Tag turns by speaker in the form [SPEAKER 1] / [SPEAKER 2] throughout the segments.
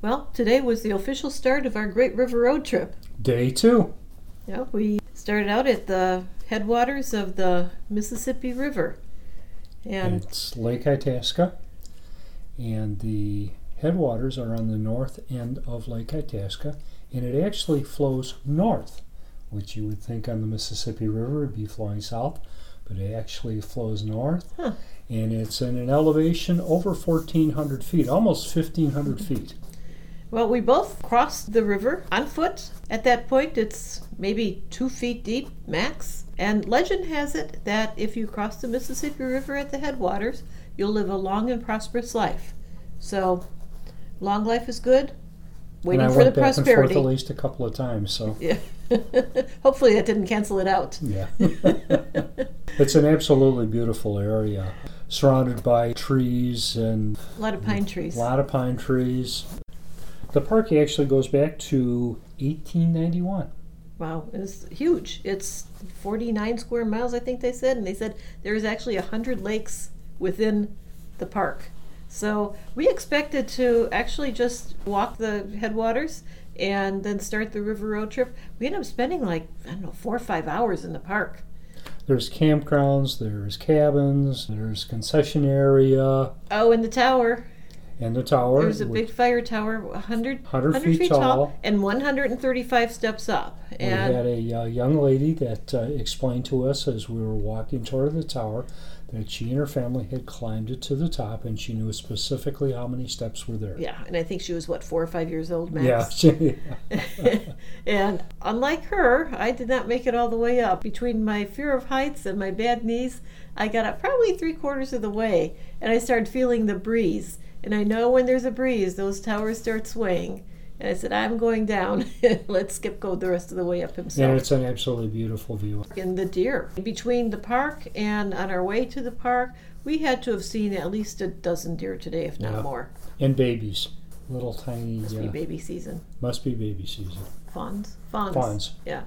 [SPEAKER 1] Well, today was the official start of our Great River Road trip.
[SPEAKER 2] Day two.
[SPEAKER 1] Yeah, we started out at the headwaters of the Mississippi River. And
[SPEAKER 2] It's Lake Itasca, and the headwaters are on the north end of Lake Itasca, and it actually flows north, which you would think on the Mississippi River would be flowing south, but it actually flows north,
[SPEAKER 1] Huh.
[SPEAKER 2] and it's in an elevation over 1,400 feet, almost 1,500 feet.
[SPEAKER 1] well, we both crossed the river on foot. At that point, it's maybe two feet deep max. And legend has it that if you cross the Mississippi River at the headwaters, you'll live a long and prosperous life. So, long life is good. Waiting
[SPEAKER 2] and I
[SPEAKER 1] for the
[SPEAKER 2] went back and forth
[SPEAKER 1] prosperity.
[SPEAKER 2] at least a couple of times, so
[SPEAKER 1] Yeah. Hopefully that didn't cancel it out.
[SPEAKER 2] yeah. It's an absolutely beautiful area, surrounded by trees and
[SPEAKER 1] A lot of pine trees.
[SPEAKER 2] a lot of pine trees. The park actually goes back to 1891.
[SPEAKER 1] Wow, it's huge. It's 49 square miles, I think they said, and they said there is actually 100 lakes within the park. So we expected to actually just walk the headwaters and then start the river road trip. We ended up spending like, I don't know, four or five hours in the park.
[SPEAKER 2] There's campgrounds, there's cabins, there's concession area,
[SPEAKER 1] Oh, and the tower.
[SPEAKER 2] and the tower.
[SPEAKER 1] There's a
[SPEAKER 2] which-
[SPEAKER 1] big fire tower, 100,
[SPEAKER 2] 100
[SPEAKER 1] 100
[SPEAKER 2] feet tall. Oh,
[SPEAKER 1] and 135 steps up.
[SPEAKER 2] we
[SPEAKER 1] And
[SPEAKER 2] had a uh, young lady that uh, explained to us as we were walking toward the tower that she and her family had climbed it to the top, and she knew specifically how many steps were there.
[SPEAKER 1] yeah, and I think she was, what, four or five years old, max?
[SPEAKER 2] Yeah.
[SPEAKER 1] and unlike her, I did not make it all the way up. Between my fear of heights and my bad knees, I got up probably three quarters of the way and I started feeling the breeze. And I know when there's a breeze, those towers start swaying. And I said, I'm going down. Let Skip go the rest of the way up himself
[SPEAKER 2] and it's an absolutely beautiful view.
[SPEAKER 1] and the deer. Between the park and on our way to the park, we had to have seen at least a dozen deer today, if not
[SPEAKER 2] Yeah.
[SPEAKER 1] more.
[SPEAKER 2] And babies. Little tiny, must,
[SPEAKER 1] Be baby season.
[SPEAKER 2] must be baby season.
[SPEAKER 1] Fawns. Fawns.
[SPEAKER 2] Fawns.
[SPEAKER 1] Yeah.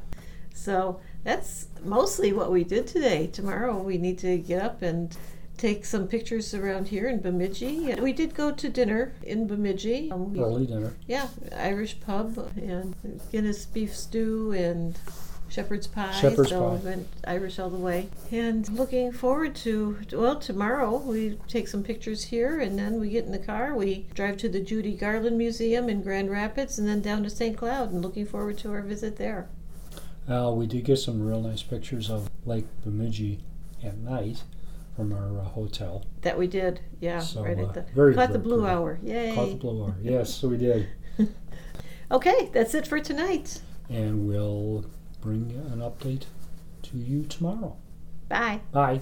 [SPEAKER 1] So that's mostly what we did today. Tomorrow we need to get up and take some pictures around here in Bemidji. And We did go to dinner in Bemidji. Um, we-
[SPEAKER 2] Early dinner.
[SPEAKER 1] yeah, Irish pub and Guinness beef stew and shepherd's pie.
[SPEAKER 2] Shepherd's
[SPEAKER 1] so
[SPEAKER 2] pie.
[SPEAKER 1] we went Irish all the way. And looking forward to well tomorrow we take some pictures here and then we get in the car. We drive to the Judy Garland Museum in Grand Rapids and then down to St. Cloud and looking forward to our visit there.
[SPEAKER 2] Uh, we did get some real nice pictures of Lake Bemidji at night from our uh, hotel.
[SPEAKER 1] That we did, yeah,
[SPEAKER 2] So,
[SPEAKER 1] right
[SPEAKER 2] uh,
[SPEAKER 1] at the
[SPEAKER 2] very,
[SPEAKER 1] caught the
[SPEAKER 2] very
[SPEAKER 1] blue
[SPEAKER 2] pretty.
[SPEAKER 1] hour, yay!
[SPEAKER 2] Caught the blue hour. Yes, we did.
[SPEAKER 1] Okay, that's it for tonight.
[SPEAKER 2] And we'll bring an update to you tomorrow.
[SPEAKER 1] Bye.
[SPEAKER 2] Bye.